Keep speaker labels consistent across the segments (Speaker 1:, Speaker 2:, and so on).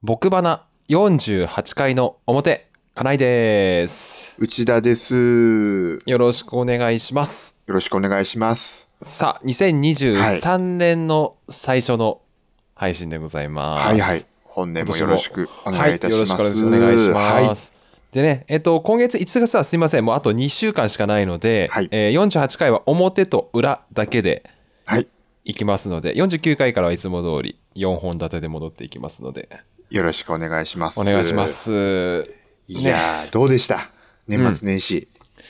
Speaker 1: 僕花48回の表、金井です。
Speaker 2: 内田です。よ
Speaker 1: よろしくお願いします。
Speaker 2: ろしくお願いします。
Speaker 1: さあ、2023年の最初の配信でございます。
Speaker 2: はいはい。本年もよろしくお
Speaker 1: は
Speaker 2: 願い
Speaker 1: い
Speaker 2: いた
Speaker 1: よ
Speaker 2: し
Speaker 1: ろ
Speaker 2: ま
Speaker 1: し
Speaker 2: す。
Speaker 1: くお願いします。でね、えっと、今月5月はすいません、もうあと2週間しかないので、
Speaker 2: はい
Speaker 1: えー48回は表と裏だけで
Speaker 2: はい。はい
Speaker 1: いきますので、49回からはいつも通り4本立てで戻っていきますので、
Speaker 2: よろしくお願いします。
Speaker 1: お願いしま。す。
Speaker 2: いやー、どうでした年末年始。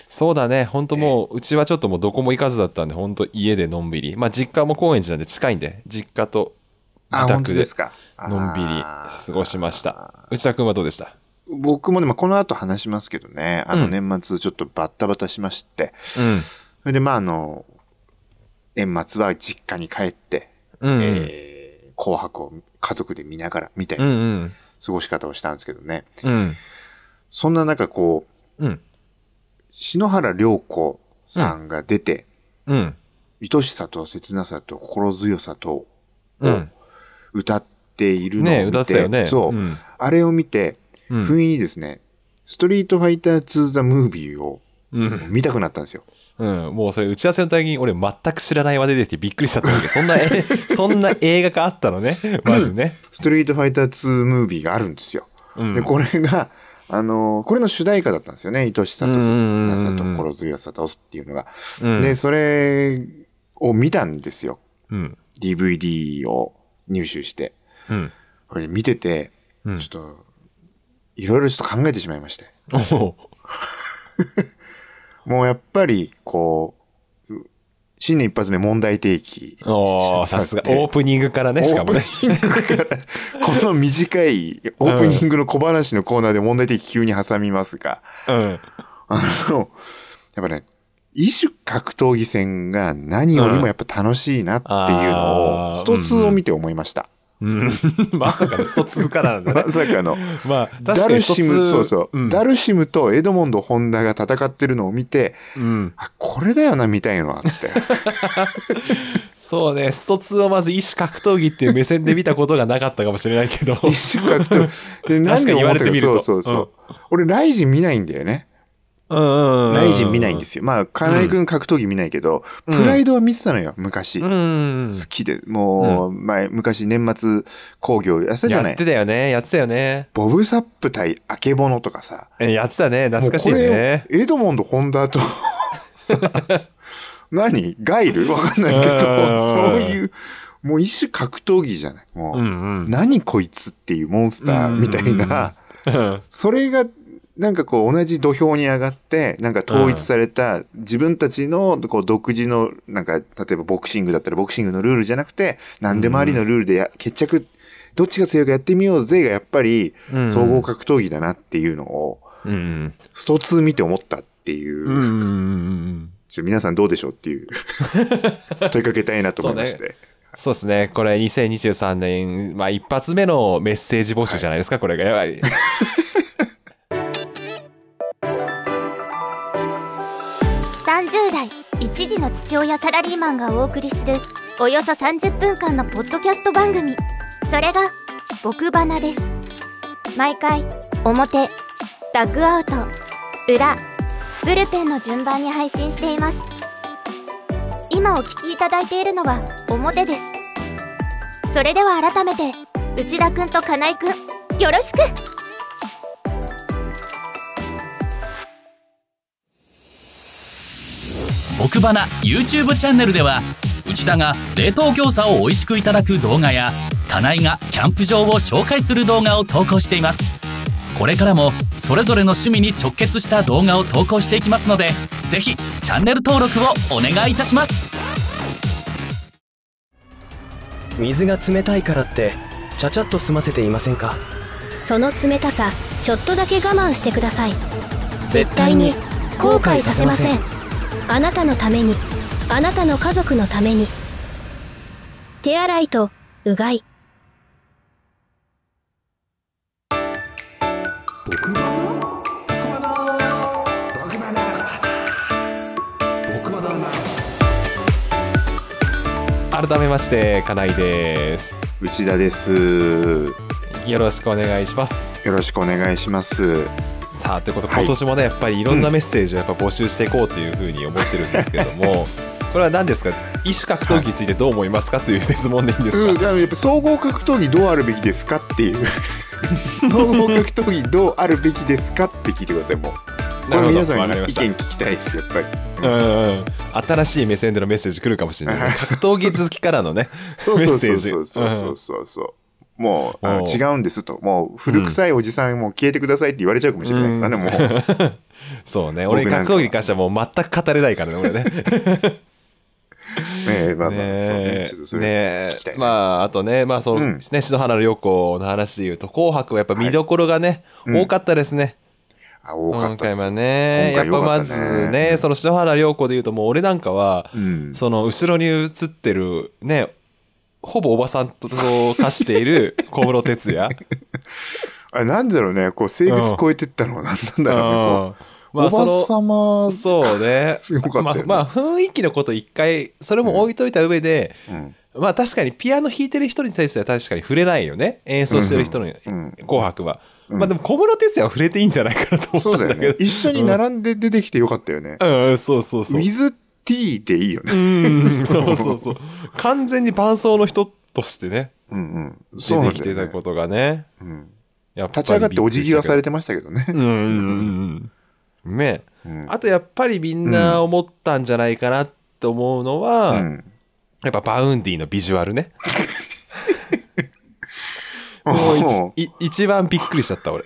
Speaker 1: そうだね、本当もう、うちはちょっともうどこも行かずだったんで、本当家でのんびり。まあ実家も高円寺なんで近いんで、実家と
Speaker 2: あ、
Speaker 1: 自
Speaker 2: 本
Speaker 1: 宅
Speaker 2: 当
Speaker 1: で
Speaker 2: ですか。
Speaker 1: のんびり過ごしまし
Speaker 2: あ
Speaker 1: た。内田君はどうでした
Speaker 2: ー。僕もね、まあこの後話しますけどね、あ
Speaker 1: う
Speaker 2: の
Speaker 1: ん
Speaker 2: 年末ちょっとバッタバタしまして、
Speaker 1: うん。
Speaker 2: それでまああの、年末は実家に帰って、
Speaker 1: うん、うん
Speaker 2: えー紅白を家族で見ながらみたい
Speaker 1: うん
Speaker 2: な
Speaker 1: うん。
Speaker 2: 過ごし方をしたんですけどね。
Speaker 1: うん。
Speaker 2: そんな中こう、
Speaker 1: うん。
Speaker 2: 篠原涼子さんが出て、
Speaker 1: うん。
Speaker 2: 愛しさと切なさと心強さと
Speaker 1: うん。
Speaker 2: 歌っているのを見
Speaker 1: ね
Speaker 2: て、
Speaker 1: え、歌ってたよね。
Speaker 2: そう、
Speaker 1: ん。
Speaker 2: あれを見て、
Speaker 1: うん
Speaker 2: 不意にですね、ストリートファイター2ザムービーを
Speaker 1: うん。
Speaker 2: 見たくなったんですよ。
Speaker 1: うん。もうそれ打ち合わせの時に俺全く知らない話で出てきてびっくりしちゃったんだけど、 そんな、えそんな映画があったのね。まずね。
Speaker 2: ストリートファイター2ムービーがあるんですよ。
Speaker 1: うん。
Speaker 2: で、これが、あのーこれの主題歌だったんですよね。愛しさと切なさと心強さとっていうのが。
Speaker 1: うん、
Speaker 2: で、それを見たんですよ。
Speaker 1: うん。
Speaker 2: DVD を入手して。
Speaker 1: うん。
Speaker 2: これ見てて、
Speaker 1: うん
Speaker 2: ちょっと、いろいろちょっと考えてしまいまして。
Speaker 1: おう
Speaker 2: もうやっぱり、こう、う新年一発目問題提起。
Speaker 1: おーさすが。オープニングからね、しかもね。
Speaker 2: オープニングから、この短いオープニングの小話のコーナーで問題提起急に挟みますが、
Speaker 1: うん。
Speaker 2: あの、やっぱね、異種格闘技戦が何よりもやっぱ楽しいなって
Speaker 1: う
Speaker 2: いう
Speaker 1: ん
Speaker 2: の
Speaker 1: あー
Speaker 2: を、スト2を見て思いました。
Speaker 1: うん、 まさかのスト2からなんだ
Speaker 2: ま
Speaker 1: ね。
Speaker 2: さかの。
Speaker 1: まあ、確
Speaker 2: ダ
Speaker 1: かに
Speaker 2: ル
Speaker 1: スト
Speaker 2: シ
Speaker 1: 2
Speaker 2: ム、そうそう、
Speaker 1: ん、
Speaker 2: ダルシムとエドモンド・ホンダが戦ってるのを見て、
Speaker 1: うん
Speaker 2: あ、これだよな、見たいのは って。
Speaker 1: そうね、スト2をまず異種格闘技っていう目線で見たことがなかったかもしれないけど。
Speaker 2: 一種格闘 で、なん
Speaker 1: 確か
Speaker 2: で思った
Speaker 1: に言われてみ
Speaker 2: か、
Speaker 1: ると
Speaker 2: そうそうそう。俺、ライジン見ないんだよね。
Speaker 1: うんうんうん。。
Speaker 2: ライジン見ないんですすよ。まあ、金井君格闘技見ないけど、
Speaker 1: うん
Speaker 2: プライドは見てたのよ、昔。
Speaker 1: う
Speaker 2: 好
Speaker 1: ん。
Speaker 2: きで、もう、前、昔年末興行やったじゃな
Speaker 1: やっ
Speaker 2: い
Speaker 1: て。たよね、やってたよね。
Speaker 2: ボブサップ対アケボノとかさ。
Speaker 1: えやってたね、懐かしい
Speaker 2: もうこ
Speaker 1: ね。
Speaker 2: れをエドモンド・ホンダ とさ、何ガイルわかんないけ
Speaker 1: うん
Speaker 2: ど、そういう、もう一種格闘技じゃない。もう、
Speaker 1: うんうん。
Speaker 2: 何こいつっていうモンスターみたいな、
Speaker 1: うん
Speaker 2: それが、なんかこう同じ土俵に上がって、なんか統一された自分たちのこう独自の、なんか例えばボクシングだったらボクシングのルールじゃなくて、何でもありのルールでや決着、どっちが強いかやってみようぜがやっぱり
Speaker 1: うん
Speaker 2: 総合格闘技だなっていうのを、
Speaker 1: うん
Speaker 2: スト2見て思ったっていう、
Speaker 1: うんうんうんうん。
Speaker 2: ちょ皆さんどうでしょうっ ていう問いかけたいなと思いまして。
Speaker 1: そうですね、これ2023年、まあ一発目のメッセージ募集じゃないですか、これが。やはり。
Speaker 3: 30代一児の父親サラリーマンがお送りするおよそ30分間のポッドキャスト番組それが「僕花」です毎回表ダッグアウト裏ブルペンの順番に配信しています今お聞きいただいているのは表ですそれでは改めて内田くんと金井くんよろしく
Speaker 4: 僕花 YouTube チャンネルでは内田が冷凍餃子を美味しくいただく動画や金井がキャンプ場を紹介する動画を投稿していますこれからもそれぞれの趣味に直結した動画を投稿していきますのでぜひチャンネル登録をお願いいたします
Speaker 5: 水が冷たいからってちゃちゃっと済ませていませんか
Speaker 6: その冷たさちょっとだけ我慢してください
Speaker 5: 絶
Speaker 6: 絶対に後悔させませんあなたのためにあなたの家族のために手洗いとうがい
Speaker 1: 改めまして、金井です。
Speaker 2: 内田です。
Speaker 1: いよろしくお願いします
Speaker 2: よろしくお願いします。
Speaker 1: さあということで
Speaker 2: はい
Speaker 1: 今年もねやっぱりいろんなメッセージをやっぱ募集していこうというふうに思ってるんですけど もこれは何ですか異種格闘技についてどう思いますかという質問でいいんです
Speaker 2: うん、
Speaker 1: か
Speaker 2: あのやっぱ総合格闘技どうあるべきですかっ ていう総合格闘技どうあるべきですかって聞いてくださいもうこ
Speaker 1: な
Speaker 2: れ
Speaker 1: るほど
Speaker 2: 皆さ
Speaker 1: わ
Speaker 2: ん
Speaker 1: か
Speaker 2: に
Speaker 1: り
Speaker 2: 意見
Speaker 1: ました
Speaker 2: 聞きたいですやっぱり
Speaker 1: うんうん新しい目線でのメッセージ来るかもしれない格闘技好きからのね
Speaker 2: そうそうそうそう
Speaker 1: メッセー
Speaker 2: そう
Speaker 1: ジ
Speaker 2: そううんそうそうもうあ
Speaker 1: お
Speaker 2: の
Speaker 1: う
Speaker 2: 違うんですともう古臭いおじさんもう消えてくださいって言われちゃうかもしれないからね、
Speaker 1: うん
Speaker 2: もう
Speaker 1: そうね俺
Speaker 2: 僕なん
Speaker 1: 格
Speaker 2: か
Speaker 1: 闘技に関してはもう全く語れないからね俺ね
Speaker 2: ええまあまあ、そう
Speaker 1: ね
Speaker 2: ね
Speaker 1: え
Speaker 2: ちょっとそ
Speaker 1: ね
Speaker 2: れ
Speaker 1: え
Speaker 2: 聞きたいね
Speaker 1: まああとねまあそうの
Speaker 2: ん
Speaker 1: ね篠原涼子の話でいうと「紅白」はやっぱ見どころがね、
Speaker 2: はいうん
Speaker 1: 多かったですね、
Speaker 2: あ多かっ
Speaker 1: 今
Speaker 2: たで
Speaker 1: 回
Speaker 2: す
Speaker 1: はね
Speaker 2: 今
Speaker 1: や
Speaker 2: 回
Speaker 1: っぱ
Speaker 2: 良か
Speaker 1: ま
Speaker 2: ったね
Speaker 1: ずねその篠原涼子でいうともう俺なんかは、
Speaker 2: うん
Speaker 1: その後ろに映ってるねほぼおばさんと化してい る小室哲哉
Speaker 2: あれなんだろうねこう性別超えてったのは何なんだろうね、
Speaker 1: うん
Speaker 2: こう
Speaker 1: まあその
Speaker 2: おばさま
Speaker 1: そうね
Speaker 2: すごかったよね
Speaker 1: まあまあ雰囲気のこと一回それも置いといた上で、
Speaker 2: うん
Speaker 1: まあ確かにピアノ弾いてる人に対しては確かに触れないよね演奏してる人に、
Speaker 2: うんうん
Speaker 1: 紅白は、
Speaker 2: うん
Speaker 1: まあでも小室哲哉は触れていいんじゃないかなと
Speaker 2: そ
Speaker 1: 思
Speaker 2: う
Speaker 1: った
Speaker 2: だ
Speaker 1: ん
Speaker 2: よ
Speaker 1: だけ
Speaker 2: ね
Speaker 1: ど
Speaker 2: 一緒に並んで出てきてよかったよね、
Speaker 1: うんうんそうそうそう
Speaker 2: 水 T でいいよ
Speaker 1: う
Speaker 2: ね。
Speaker 1: んそうそうそう完全に伴奏の人としてね
Speaker 2: うんうん。
Speaker 1: 出てきてた
Speaker 2: ね
Speaker 1: ことがね
Speaker 2: うん
Speaker 1: やっぱり
Speaker 2: 立ち上がってお辞儀はさ
Speaker 1: て
Speaker 2: れてましたけどね。
Speaker 1: うんうんうんうんね
Speaker 2: うん
Speaker 1: あとやっぱりみんな思ったんじゃないかなと思うのは、
Speaker 2: うん
Speaker 1: やっぱバウンディのビジュアルねもういちい一番びっくりしちゃった俺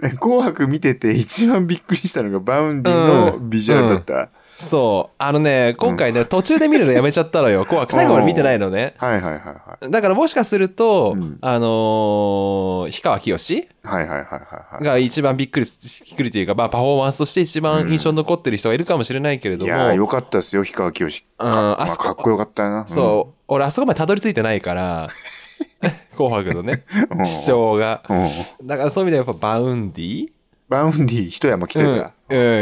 Speaker 2: ね紅白見てて一番びっくりしたのがバウンディのビジュアルだった。
Speaker 1: そうあのね今回ね、途中で見るのやめちゃったのよ紅白最後まで見てないのね
Speaker 2: はいはいはいは
Speaker 1: だからもしかすると、
Speaker 2: うん
Speaker 1: あのー、氷川きよし
Speaker 2: い。はいはいはいはいは
Speaker 1: が一番びっくりすびっくりというか、まあ、パフォーマンスとして一番印象に残ってる人がいるかもしれないけれ
Speaker 2: い。
Speaker 1: ど
Speaker 2: い
Speaker 1: も、
Speaker 2: やーよかったですよ、氷川きよし。
Speaker 1: うん
Speaker 2: か
Speaker 1: あ
Speaker 2: まあ
Speaker 1: そこ
Speaker 2: かっこよかったよな。
Speaker 1: そう俺あそこまでたどり着いてないから 紅白のね
Speaker 2: うん。
Speaker 1: 視聴が
Speaker 2: うん。うん
Speaker 1: だからそういう意味ではやっぱバウンディ
Speaker 2: バウンディ一山来てた。
Speaker 1: うんうん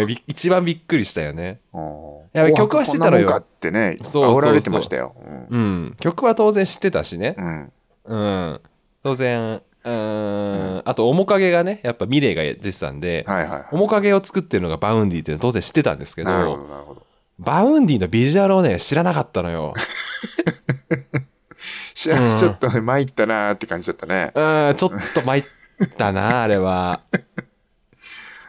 Speaker 1: び一番びっくりしたよね
Speaker 2: うん
Speaker 1: やべ曲は知ってたのよ
Speaker 2: 紅白こんなもんかってね、
Speaker 1: そうそうそう
Speaker 2: 煽られてましたよ。うん
Speaker 1: うん曲は当然知ってたしね
Speaker 2: うん。
Speaker 1: うん当然うーんあと面影がねやっぱミレイが出てたんで、
Speaker 2: はいはいはい。
Speaker 1: 面影を作ってるのがバウンディっていうのは当然知ってたんですけど
Speaker 2: なるほどなるほど。
Speaker 1: バウンディのビジュアルをね知らなかったのよ
Speaker 2: しちょっとね、参ったなーって感じだったね。
Speaker 1: うんちょっと参った なあれは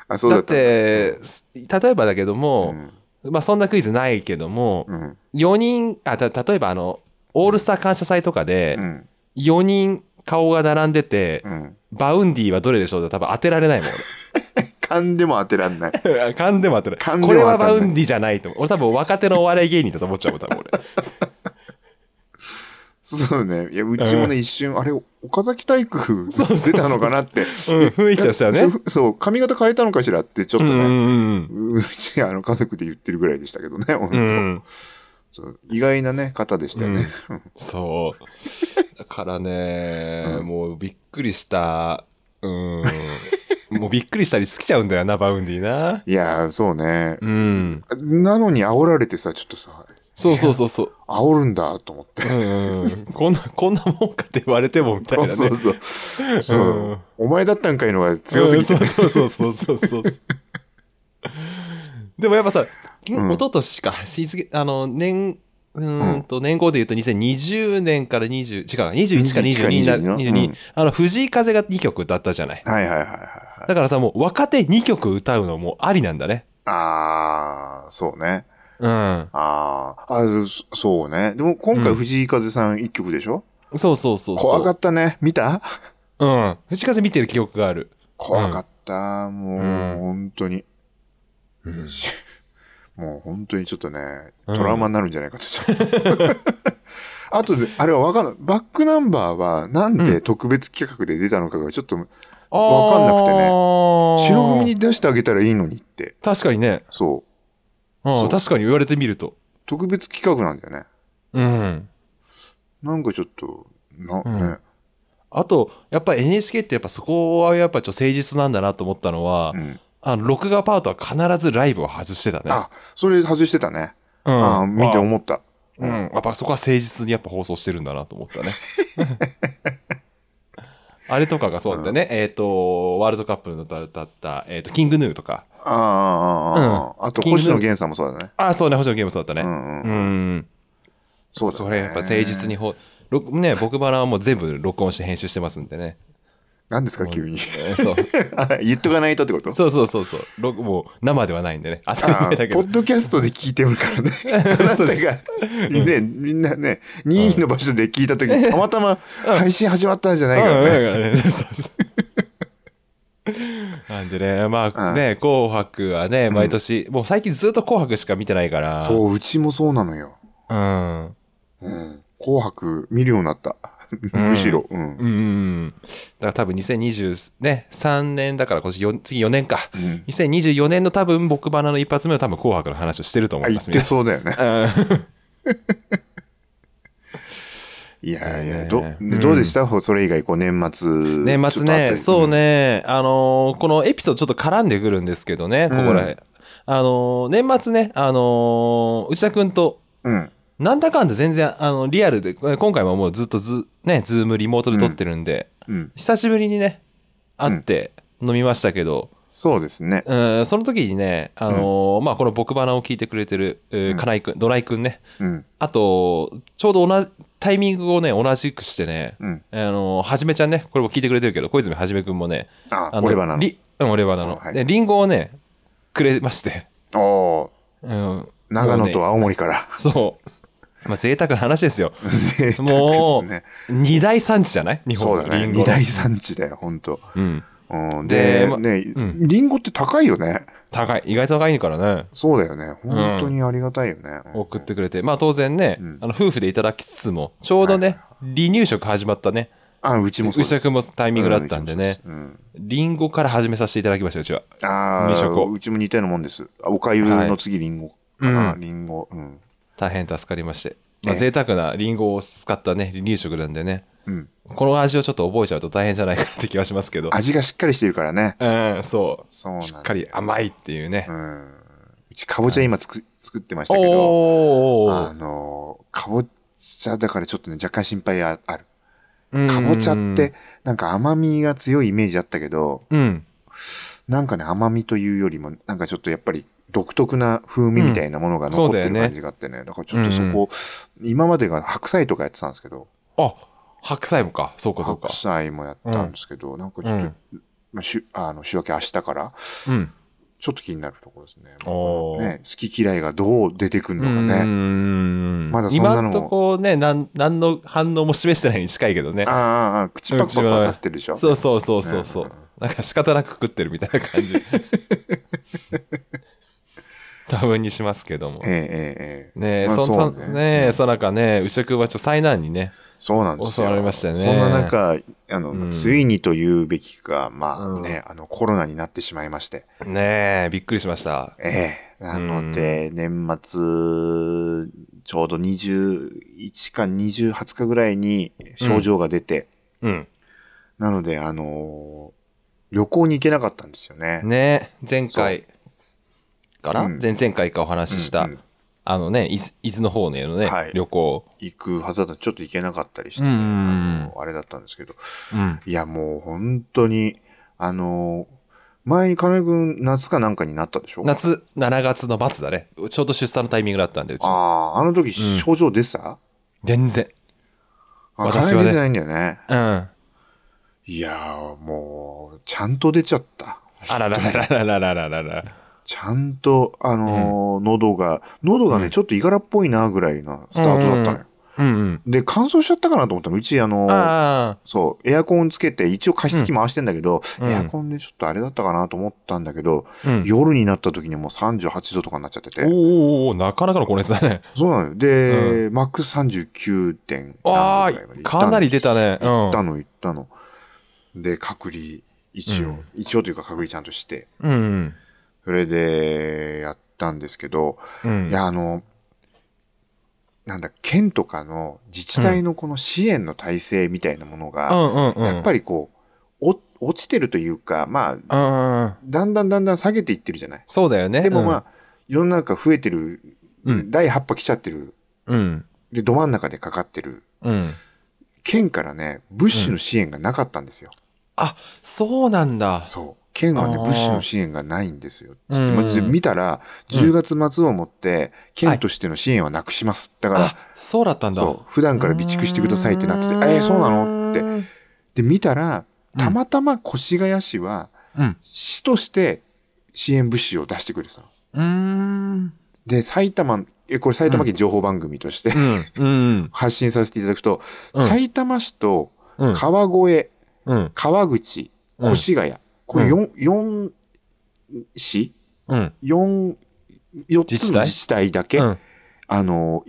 Speaker 2: あ、そう
Speaker 1: だ
Speaker 2: だ
Speaker 1: っ
Speaker 2: ったんだ。
Speaker 1: て例えばだけども、まあそんなクイズないけども、
Speaker 2: うん。
Speaker 1: 4人あた例えばあのオールスター感謝祭とかで
Speaker 2: うん。
Speaker 1: 4人顔が並んでて、
Speaker 2: うん。
Speaker 1: バウンディはどれでしょうって多分当てられ ないもん
Speaker 2: 勘でも当てらんない。
Speaker 1: 俺勘でも当てられ
Speaker 2: 勘
Speaker 1: な
Speaker 2: で
Speaker 1: い
Speaker 2: も
Speaker 1: これ
Speaker 2: 当たんな
Speaker 1: はいバウンディじゃないと思う俺多分若手のお笑い芸人だと思っちゃうもん多分俺
Speaker 2: そうね。いや、うちも
Speaker 1: う
Speaker 2: ね、一瞬、あれ、岡崎体育
Speaker 1: そうそうそう
Speaker 2: 出たのかなって。
Speaker 1: うん雰囲気としてはね
Speaker 2: そうそう、髪型変えたのかしらって、ちょっ
Speaker 1: う
Speaker 2: と
Speaker 1: ん
Speaker 2: ね。
Speaker 1: うん
Speaker 2: うち、あの、家族で言ってるぐらいでしたけどね。本
Speaker 1: う
Speaker 2: 当
Speaker 1: んうん
Speaker 2: そう意外なね、方でしたよね。
Speaker 1: そうだからね、もうびっくりしたうんもうびっくりしたり尽きちゃうんだよなバウンディない
Speaker 2: やー、そうね。
Speaker 1: うん
Speaker 2: なのに煽られてさ、ちょっとさ、
Speaker 1: そうそうそうそう
Speaker 2: 煽るんだと思って。
Speaker 1: うんうんこんな、こんなもんかって言われてもみたいなね。
Speaker 2: そうそうそう。そう。お前だったんかいのが強すぎて
Speaker 1: うん。そうそうそうそうそうそう。でもやっぱさ、一昨年か、日付あの、年、うーんと年号で言うと2020年から20、違う、21か22
Speaker 2: 21
Speaker 1: に
Speaker 2: か
Speaker 1: な
Speaker 2: 22な
Speaker 1: 22
Speaker 2: うん
Speaker 1: あの、藤井風が2曲歌ったじゃない。
Speaker 2: はいはいはいはいはい。
Speaker 1: だからさ、もう若手2曲歌うのもありなんだね。
Speaker 2: ああ、そうね。
Speaker 1: うん。
Speaker 2: あーあ、そそうね。でも今
Speaker 1: う
Speaker 2: 回
Speaker 1: ん
Speaker 2: 藤井風さん一曲でしょ、
Speaker 1: そうそうそうそう。
Speaker 2: 怖かったね。見た
Speaker 1: うん。藤井風見てる記憶がある。
Speaker 2: 怖かった。もう、
Speaker 1: うん
Speaker 2: 本当に、し もう本当にちょっとね、トラウマになるんじゃないかと。ちょっと あとで、あれはわかんない。バックナンバーはなんで特別企画で出たのかがちょっとわかんなくてね。
Speaker 1: ね
Speaker 2: 白組に出してあげたらいいのにって。
Speaker 1: 確かにね。
Speaker 2: そう。
Speaker 1: う
Speaker 2: そ
Speaker 1: ん、
Speaker 2: う
Speaker 1: 確かに言われてみると。
Speaker 2: 特別企画なんだよね。
Speaker 1: うん。
Speaker 2: なんかちょっと、な、
Speaker 1: うん
Speaker 2: ね。
Speaker 1: あと、やっぱ NHK ってやっぱそこはやっぱちょっと誠実なんだなと思ったのは、
Speaker 2: うん
Speaker 1: あの、録画パートは必ずライブを外してたね。
Speaker 2: あ、それ外してたね。
Speaker 1: うん
Speaker 2: ああ見て思った。
Speaker 1: うん。やっぱそこは誠実にやっぱ放送してるんだなと思ったね。あれとかがそうだね。えっ、と、ワールドカップの歌歌った、えっ、と、キングヌーとか。
Speaker 2: ああああ、あああと、
Speaker 1: キング
Speaker 2: 星野源さんもそうだね。
Speaker 1: ああ、そうね、星野ゲームそうだったね。
Speaker 2: うん
Speaker 1: うん。
Speaker 2: そうだね
Speaker 1: それやっぱ誠実にほ、録ね、僕バラはもう全部録音して編集してますんでね。
Speaker 2: 何ですか、急に。
Speaker 1: えーそう
Speaker 2: あ言っとかないとってこと
Speaker 1: そうそうそうそう。録もう生ではないんでね。当たり
Speaker 2: あ
Speaker 1: 前だ
Speaker 2: ー
Speaker 1: け
Speaker 2: ポ
Speaker 1: ど
Speaker 2: ッ。ドキャストで聞いてるからね。あな た
Speaker 1: そう
Speaker 2: が
Speaker 1: です、
Speaker 2: ね、みんなね、任意の場所で聞いたとき、たまたま配信始まったんじゃないからね。
Speaker 1: うんうんうん そうそうなんでね、まあね、紅白はね、毎年、もう最近ずっと紅白しか見てないから。う。
Speaker 2: そう、うちもそうなのよ。
Speaker 1: うん。
Speaker 2: うん。紅白見るようになった。むしろ。うん。
Speaker 1: うん。だから多分2023、ね、3年だから今年よ次4年か。
Speaker 2: うん
Speaker 1: 2024年の多分僕バナの一発目の多分紅白の話をしてると思
Speaker 2: あ、
Speaker 1: い
Speaker 2: 言
Speaker 1: ま
Speaker 2: っ
Speaker 1: す。
Speaker 2: てそうだよね。
Speaker 1: 皆さん。 うん
Speaker 2: いやいや、
Speaker 1: ね
Speaker 2: ど、
Speaker 1: うん
Speaker 2: どうでした、それ以外、こう、年末。
Speaker 1: 年末ね、そう。ね、あのーこのエピソードちょっと絡んでくるんですけどね、ここらへん。あのー年末ね、あのー内田くんと
Speaker 2: うん。
Speaker 1: なんだかんだ全然あのリアルでえ今回はもうずっとズ,、ね、ズームリモートで撮ってるんで、
Speaker 2: うん。
Speaker 1: 久しぶりにね会って飲みましたけど、
Speaker 2: そうですね。
Speaker 1: うん、その時にね、あのーまあ、この「僕花」を聞いてくれてる、えー金井くんドライくんね
Speaker 2: うん。
Speaker 1: あとちょうど同じタイミングをね同じくしてね、
Speaker 2: うん。
Speaker 1: あのーはじめちゃんねこれも聞いてくれてるけど小泉はじめくんもね
Speaker 2: あ、
Speaker 1: あの
Speaker 2: 俺はなの。
Speaker 1: りうん俺はなの、
Speaker 2: はい
Speaker 1: でリンゴをねくれまして、
Speaker 2: おー
Speaker 1: うん、
Speaker 2: 長野と
Speaker 1: は
Speaker 2: 青森 から。
Speaker 1: そうまあ贅沢な話ですよ
Speaker 2: 贅沢
Speaker 1: も
Speaker 2: ですね。
Speaker 1: う、二大産地じゃない日
Speaker 2: そ
Speaker 1: 本
Speaker 2: うだね。
Speaker 1: リンゴの
Speaker 2: 二大産地だよ、ほんと。
Speaker 1: うん。
Speaker 2: うん、
Speaker 1: で
Speaker 2: で、
Speaker 1: ま
Speaker 2: ね、
Speaker 1: うん
Speaker 2: リンゴって高いよね。
Speaker 1: 高い。意外と高いからね。
Speaker 2: そうだよね。本当にありがたいよね。
Speaker 1: 送ってくれて。まあ当然ね、
Speaker 2: うん
Speaker 1: あの夫婦でいただきつつも、ちょうどね、離乳食始まったね。
Speaker 2: あ、うちもそうです。
Speaker 1: 牛田君もタイミングだったんでね
Speaker 2: うん。うちもそう
Speaker 1: リンゴから始めさせていただきました、うちは。
Speaker 2: ですうんあ
Speaker 1: 二色
Speaker 2: あ、
Speaker 1: を
Speaker 2: うちも似たようなもんです。あおかゆの次リンゴか
Speaker 1: はいう。
Speaker 2: なんリンゴ。うん。
Speaker 1: 大変助かりまして。まあ
Speaker 2: ええ
Speaker 1: 贅沢なリンゴを使ったね、離乳食なんでね。
Speaker 2: うん。
Speaker 1: この味をちょっと覚えちゃうと大変じゃないかなって気はしますけど。
Speaker 2: 味がしっかりしてるからね。
Speaker 1: うん、そう。
Speaker 2: そうなんだ
Speaker 1: しっかり甘いっていうね
Speaker 2: う。ん。うちかぼちゃ今つく作ってましたけど、
Speaker 1: お
Speaker 2: あ
Speaker 1: ー。
Speaker 2: の、かぼちゃだからちょっとね、若干心配あある。
Speaker 1: うん
Speaker 2: かぼちゃって、なんか甘みが強いイメージあったけど、
Speaker 1: うん。
Speaker 2: なんかね、甘みというよりも、なんかちょっとやっぱり独特な風味みたいなものが残って
Speaker 1: うんそう
Speaker 2: る
Speaker 1: だよね
Speaker 2: 感じがあってね。だからちょっとそこ、今までが白菜とかやってたんですけど、
Speaker 1: あ、白菜もか。そうか、そうか
Speaker 2: 白。菜もやったんですけど、なんかちょっと、まあ、しゅあの週明け明日から、
Speaker 1: うん。
Speaker 2: ちょっと気になるところですね。
Speaker 1: おー
Speaker 2: ね好き嫌いがどう出てくるのか
Speaker 1: うー
Speaker 2: ね。
Speaker 1: ん
Speaker 2: まだそんなのも
Speaker 1: 今んとこね、なん、何の反応も示してないに近いけどね
Speaker 2: あ。あああ、口パクパクはさせてるでしょ。
Speaker 1: そうそうそうそうそう、
Speaker 2: うん
Speaker 1: なんか仕方なく食ってるみたいな感じ。 多分にしますけども。
Speaker 2: ええええええ
Speaker 1: ねえ、
Speaker 2: まあ
Speaker 1: そん
Speaker 2: そ
Speaker 1: な
Speaker 2: うね
Speaker 1: ねえ、さなかね、牛くんはちょっと災難にね、
Speaker 2: そうなんですよ。
Speaker 1: 襲われましたよね
Speaker 2: そんな中、あの、
Speaker 1: うん
Speaker 2: ついにと言うべきか、まあ
Speaker 1: うん
Speaker 2: ね、あの、コロナになってしまいまして。
Speaker 1: ねえ、びっくりしました。
Speaker 2: ええ。なので、年末、ちょうど21か20日ぐらいに症状が出て、
Speaker 1: うん。
Speaker 2: なので、あのー旅行に行けなかったんですよね。
Speaker 1: ねえ、前回から、
Speaker 2: うん
Speaker 1: 前々回かお話しした、
Speaker 2: うんうん
Speaker 1: あのね、伊豆伊豆の方のね、
Speaker 2: はい
Speaker 1: 旅行。
Speaker 2: 行くはずだったらちょっと行けなかったりして、
Speaker 1: うん
Speaker 2: あのあれだったんですけど、
Speaker 1: うん。
Speaker 2: いや、もう本当に、あのー前に金井くん夏かなんかになったでしょ
Speaker 1: 夏、7月の末だね。ちょうど出産のタイミングだったんで、うち。
Speaker 2: ああ、あの時
Speaker 1: ん
Speaker 2: 症状出てた、
Speaker 1: 全然。
Speaker 2: あ
Speaker 1: 私はね
Speaker 2: 金井出てないんだよね。
Speaker 1: うん。あ
Speaker 2: いやー、もう、ちゃんと出ちゃった。
Speaker 1: らららららららららら。
Speaker 2: ちゃんと、あのー喉が、喉がね、
Speaker 1: うん
Speaker 2: ちょっといがらっぽいなぐらいなスタートだったのよ。
Speaker 1: うんうん。
Speaker 2: で、乾燥しちゃったかなと思ったの。うち、あのー
Speaker 1: あ
Speaker 2: そう、エアコンつけて、一応加湿器回してんだけど、
Speaker 1: うん
Speaker 2: エアコンでちょっとあれだったかなと思ったんだけど、
Speaker 1: あ。うん。
Speaker 2: 夜になった時にもう38度とかになっちゃってて
Speaker 1: おー。おーおーな かなかの高熱だね。
Speaker 2: そうなのよ。で、マックス39点
Speaker 1: ああ、かなり出たね。うん。
Speaker 2: 行ったの、行ったの。で、隔離、一応、
Speaker 1: うん
Speaker 2: 一応というか隔離ちゃんとして、
Speaker 1: うん。
Speaker 2: それで、やったんですけど、
Speaker 1: うん。
Speaker 2: いや、あの、なんだ、県とかの自治体のこの支援の体制みたいなもの
Speaker 1: う
Speaker 2: が、
Speaker 1: んうんうん。
Speaker 2: やっぱ
Speaker 1: り。
Speaker 2: りこう、お落ちてるというか、まあ、
Speaker 1: うん。
Speaker 2: だんだんだんだん下げていってるじゃない。
Speaker 1: そうだよね。
Speaker 2: でもまあ、世の中増えてる、
Speaker 1: うん
Speaker 2: 第8波来ちゃってる、
Speaker 1: うん。
Speaker 2: で、ど真ん中でかかってる
Speaker 1: うん。
Speaker 2: 県からね、物資の支援がなかったんですよ。
Speaker 1: あ、そうなんだ。
Speaker 2: そう。県はね、
Speaker 1: あー
Speaker 2: 物資の支援がないんですよ。
Speaker 1: うん
Speaker 2: でまで見たら、10月末をもって、県としての支援はなくします。だから、
Speaker 1: あ、そうだったんだ。
Speaker 2: そう、普段から備蓄してくださいってなってて、えー、そうなのって。
Speaker 1: て。
Speaker 2: で、見たら、
Speaker 1: うん
Speaker 2: たまたま越谷市は、
Speaker 1: うん。
Speaker 2: 市として支援物資を出してくれてたの。
Speaker 1: うーん。
Speaker 2: で、埼玉、えこれ埼玉県情報番組として、
Speaker 1: うん。うん。
Speaker 2: 発信させていただくと、
Speaker 1: うん
Speaker 2: 埼玉市と
Speaker 1: うん。
Speaker 2: 川越、
Speaker 1: うん。
Speaker 2: 川口、
Speaker 1: うん
Speaker 2: 越谷、これ4、四市
Speaker 1: うん。
Speaker 2: 四四つ
Speaker 1: 自治
Speaker 2: の
Speaker 1: 体
Speaker 2: 自治体だけ、
Speaker 1: うん
Speaker 2: あの、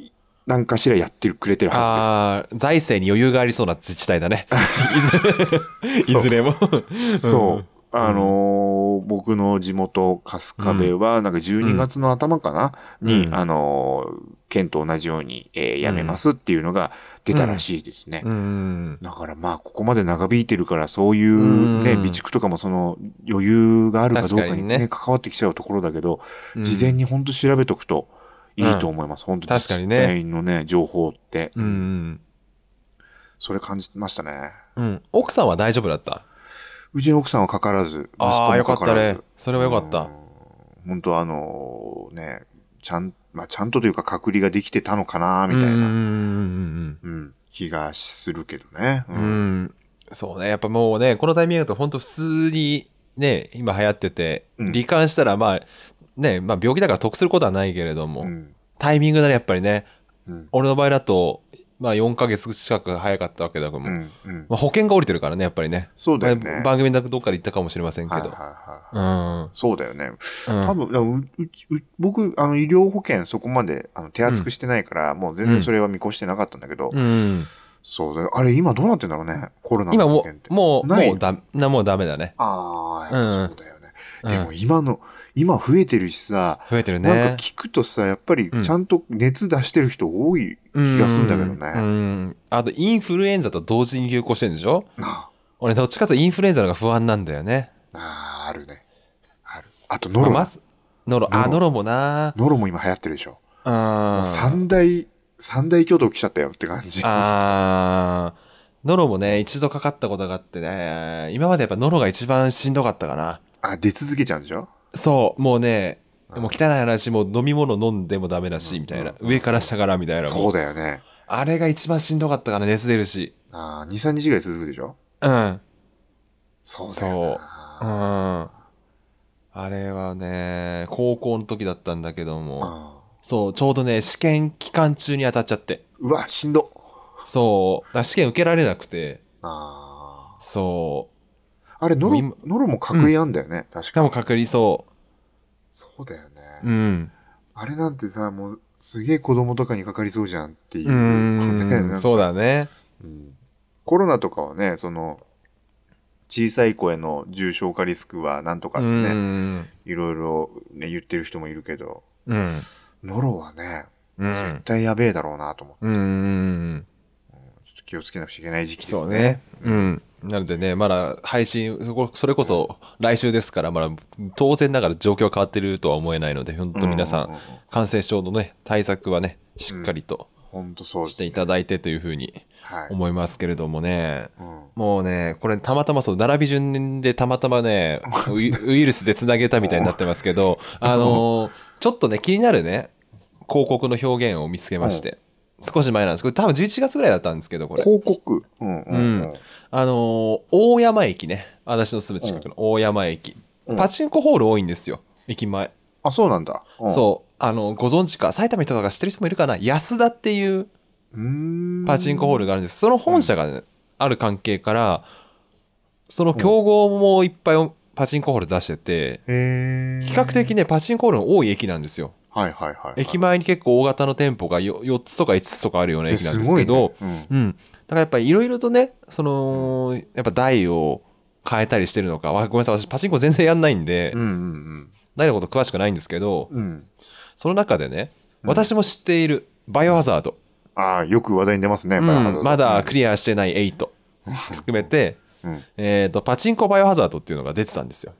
Speaker 2: 何かしらやってくれてるは
Speaker 1: ああ、財政に余裕がありそうな自治体だね。 いずれいずれも。
Speaker 2: ずです。そう。あのー僕の地元、春日部は、なんか12月の頭かな、
Speaker 1: うん
Speaker 2: に、
Speaker 1: うん
Speaker 2: あのー県と同じように、えーやめますっていうのが出たらしいですね。
Speaker 1: うん。
Speaker 2: だからまあ、ここまで長引いてるから、そういうね、
Speaker 1: うん
Speaker 2: 備蓄とかもその余裕があるかどうか
Speaker 1: 確か
Speaker 2: に
Speaker 1: に
Speaker 2: ね、
Speaker 1: ね
Speaker 2: 関わってきちゃうところだけど、
Speaker 1: うん
Speaker 2: 事前に本当調べとくといいと思います。本当自
Speaker 1: 確か
Speaker 2: 治
Speaker 1: にね
Speaker 2: 体のね、情報って。
Speaker 1: うん。
Speaker 2: それ感じましたね。
Speaker 1: うん。奥さんは大丈夫だった
Speaker 2: うちの奥さんはかからず、息子も
Speaker 1: ああ、よかっ
Speaker 2: かか
Speaker 1: た
Speaker 2: ら
Speaker 1: ね
Speaker 2: ず。。
Speaker 1: それはよかった。
Speaker 2: 本当あのーね、ちゃん、まあ、ちゃんとというか隔離ができてたのかな、みたいな、
Speaker 1: う
Speaker 2: う
Speaker 1: んうん
Speaker 2: ん
Speaker 1: うん
Speaker 2: 気がするけどね。う
Speaker 1: うんうん
Speaker 2: ん
Speaker 1: うんそうねやっぱもうねこのタイミングだと本当普通にね今流行ってて
Speaker 2: うん
Speaker 1: 罹患したらまあねまあ病気だから得することはないけれども、
Speaker 2: うん
Speaker 1: タイミングだねやっぱりね
Speaker 2: うん
Speaker 1: 俺の場合だとまあ4ヶ月近く早かったわけだけども、
Speaker 2: うんうん
Speaker 1: まあ、保険が降りてるからねやっぱりね
Speaker 2: そうだよね
Speaker 1: まあ番組のどっかで言ったかもしれませんけ
Speaker 2: はいはい
Speaker 1: ど、
Speaker 2: はい
Speaker 1: うんうん
Speaker 2: そうだよね。多分、でもううちう僕、あの、医療保険そこまであの手厚くしてないから、もう全然それは見越してなかったんだけど、
Speaker 1: うん
Speaker 2: そうだよ。あれ、今どうなってんだろうね、コロナ
Speaker 1: 今
Speaker 2: の保
Speaker 1: も
Speaker 2: 険って。
Speaker 1: うもう
Speaker 2: ない
Speaker 1: もうだなもうダメだね
Speaker 2: ああ、やっぱそうだよね。
Speaker 1: うん
Speaker 2: でも今の、今増えてるしさ、
Speaker 1: 増えてるね
Speaker 2: なんか聞くとさ、やっぱり
Speaker 1: うん
Speaker 2: ちゃんと熱出してる人多い気がするんだけどね。
Speaker 1: うんうんあとインフルエンザと同時に流行してるんでしょ
Speaker 2: なあ
Speaker 1: 俺どっちかというとインフルエンザの方が不安なんだよね。
Speaker 2: あー、あるね。ある。あと、ノロ
Speaker 1: まあま
Speaker 2: だ。
Speaker 1: ずノロ。
Speaker 2: ノ
Speaker 1: あ、
Speaker 2: ロ
Speaker 1: ノロもな。
Speaker 2: ノロも今流行ってるでしょ。
Speaker 1: うん。あ
Speaker 2: 三大、三大挙動来ちゃったよって感じ。
Speaker 1: あー。ノロもね、一度かかったことがあってね、今までやっぱノロが一番しんどかったかな。
Speaker 2: あ、出続けちゃうんでしょ
Speaker 1: そう、もうね、もう汚い話、もう飲み物飲んでもダメだし、みたいな。上から下からみたいな。
Speaker 2: そうだよね。
Speaker 1: あれが一番しんどかったかな、熱出るし。
Speaker 2: ああ、2、3日ぐらい続くでしょ
Speaker 1: うん。
Speaker 2: そうだよ
Speaker 1: そう。う
Speaker 2: な。
Speaker 1: ん。あれはね、高校の時だったんだけども、
Speaker 2: あ
Speaker 1: そう、ちょうどね、試験期間中に当たっちゃって。
Speaker 2: ーうわ、しんど。
Speaker 1: そう。だから試験受けられなくて、
Speaker 2: あ
Speaker 1: そ
Speaker 2: ーあれ、ノ
Speaker 1: もう今
Speaker 2: ロ、ノロも隔離あんだよね、確
Speaker 1: う。か
Speaker 2: か
Speaker 1: も隔離そ
Speaker 2: そうだよね。
Speaker 1: う。うん。
Speaker 2: あれなんてさ、もう、すげえ子供とかにかかりそうじゃんっていう。
Speaker 1: う
Speaker 2: ねなん
Speaker 1: ん。
Speaker 2: か
Speaker 1: そうだね。
Speaker 2: うんコロナとかはね、その、小さい子への重症化リスクはなんとか
Speaker 1: う
Speaker 2: ってね、
Speaker 1: ん。
Speaker 2: いろいろね、言ってる人もいるけど、
Speaker 1: うん。
Speaker 2: ノロはね、
Speaker 1: うん。
Speaker 2: 絶対やべえだろうなと思って、
Speaker 1: うん。
Speaker 2: ちょっと気をつけなくちゃいけない時期ですね。
Speaker 1: そうね。うん。なのでね、まだ配信、そこそれこそ来週ですから、まだ当然ながら状況は変わってるとは思えないので、本
Speaker 2: う
Speaker 1: 当皆さ、
Speaker 2: うんうう
Speaker 1: 感染症のね、対策はね、しっかりと
Speaker 2: ほんとそうで
Speaker 1: し
Speaker 2: す
Speaker 1: て
Speaker 2: ね
Speaker 1: いただいてというふうに
Speaker 2: はい。
Speaker 1: 思いますけれどもね。
Speaker 2: うん
Speaker 1: もうね、これたまたまそう、並び順でたまたま ね、ウイウイルスでつなげたみたいになってますけど、あのーちょっとね、気になるね、広告の表現を見つけまして、少し前なんですけど、多分11月ぐらいだったんですけど、これ。
Speaker 2: 広告。うんうんう
Speaker 1: うんんあのー大山駅ね、私のすぐ近くの大山駅。
Speaker 2: うん
Speaker 1: パチンコホール多いんですよ、駅前。
Speaker 2: あ、そうなんだ。
Speaker 1: そう、あの、ご存知か、埼玉の人とか知ってる人もいるかな、安田っていう
Speaker 2: うん。うーん。
Speaker 1: パチンコホールがあるんです。その本社がね、ある関係から、その競合もいっぱいパチンコホール出してて、
Speaker 2: へえ。
Speaker 1: 比較的ね、パチンコホールの多い駅なんですよ。
Speaker 2: はいはいはいはい。
Speaker 1: 駅前に結構大型の店舗がよ 4, つとか5つとかあるような
Speaker 2: え
Speaker 1: 駅なんですけど、
Speaker 2: すごいね
Speaker 1: うん。だからやっぱりいろいろとね、その、やっぱ台を変えたりしてるのか、わごめんなさい、私パチンコ全然やんないんで、
Speaker 2: うんうん
Speaker 1: 台のこと詳しくないんですけど
Speaker 2: うん、うん。うん。
Speaker 1: その中でね、私も知っているバイオハザード。
Speaker 2: ああ、よく話題に出ますね、バイオハザード
Speaker 1: まだクリアしてない8含めて、
Speaker 2: うん
Speaker 1: えー、とパチンコバイオハザードっていうのが出てたんですよ。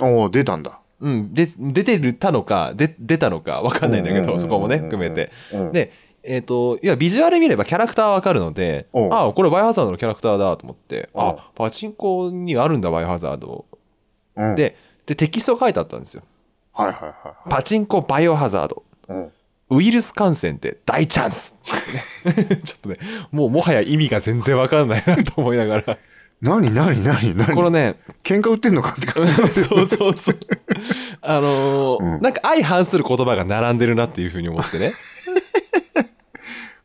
Speaker 2: おお、出たんだ。
Speaker 1: うん、で出てるたのかで出たのか分かんないんだけ
Speaker 2: うんうんうんう
Speaker 1: ど
Speaker 2: ん
Speaker 1: そこもね含めて
Speaker 2: うん
Speaker 1: でえっ、と、いや、ビジュアル見ればキャラクターわかるので、
Speaker 2: おう
Speaker 1: ああ、これバイオハザードのキャラクターだと思って、
Speaker 2: おう
Speaker 1: あ、パチンコにあるんだ、バイオハザード。
Speaker 2: うん、
Speaker 1: で、で、テキスト書いてあったんですよ。
Speaker 2: はいはいは
Speaker 1: パチンコバイオハザード。
Speaker 2: いはい。うん
Speaker 1: ウイルス感染って大チャンス ちょっとね、もうもはや意味が全然わかんないなと思いながら。
Speaker 2: 何何何何
Speaker 1: このね、
Speaker 2: 喧嘩売ってんのかって感じ。
Speaker 1: そうそうそう。あのー
Speaker 2: うん
Speaker 1: なんか相反する言葉が並んでるなっていうふうに思ってね。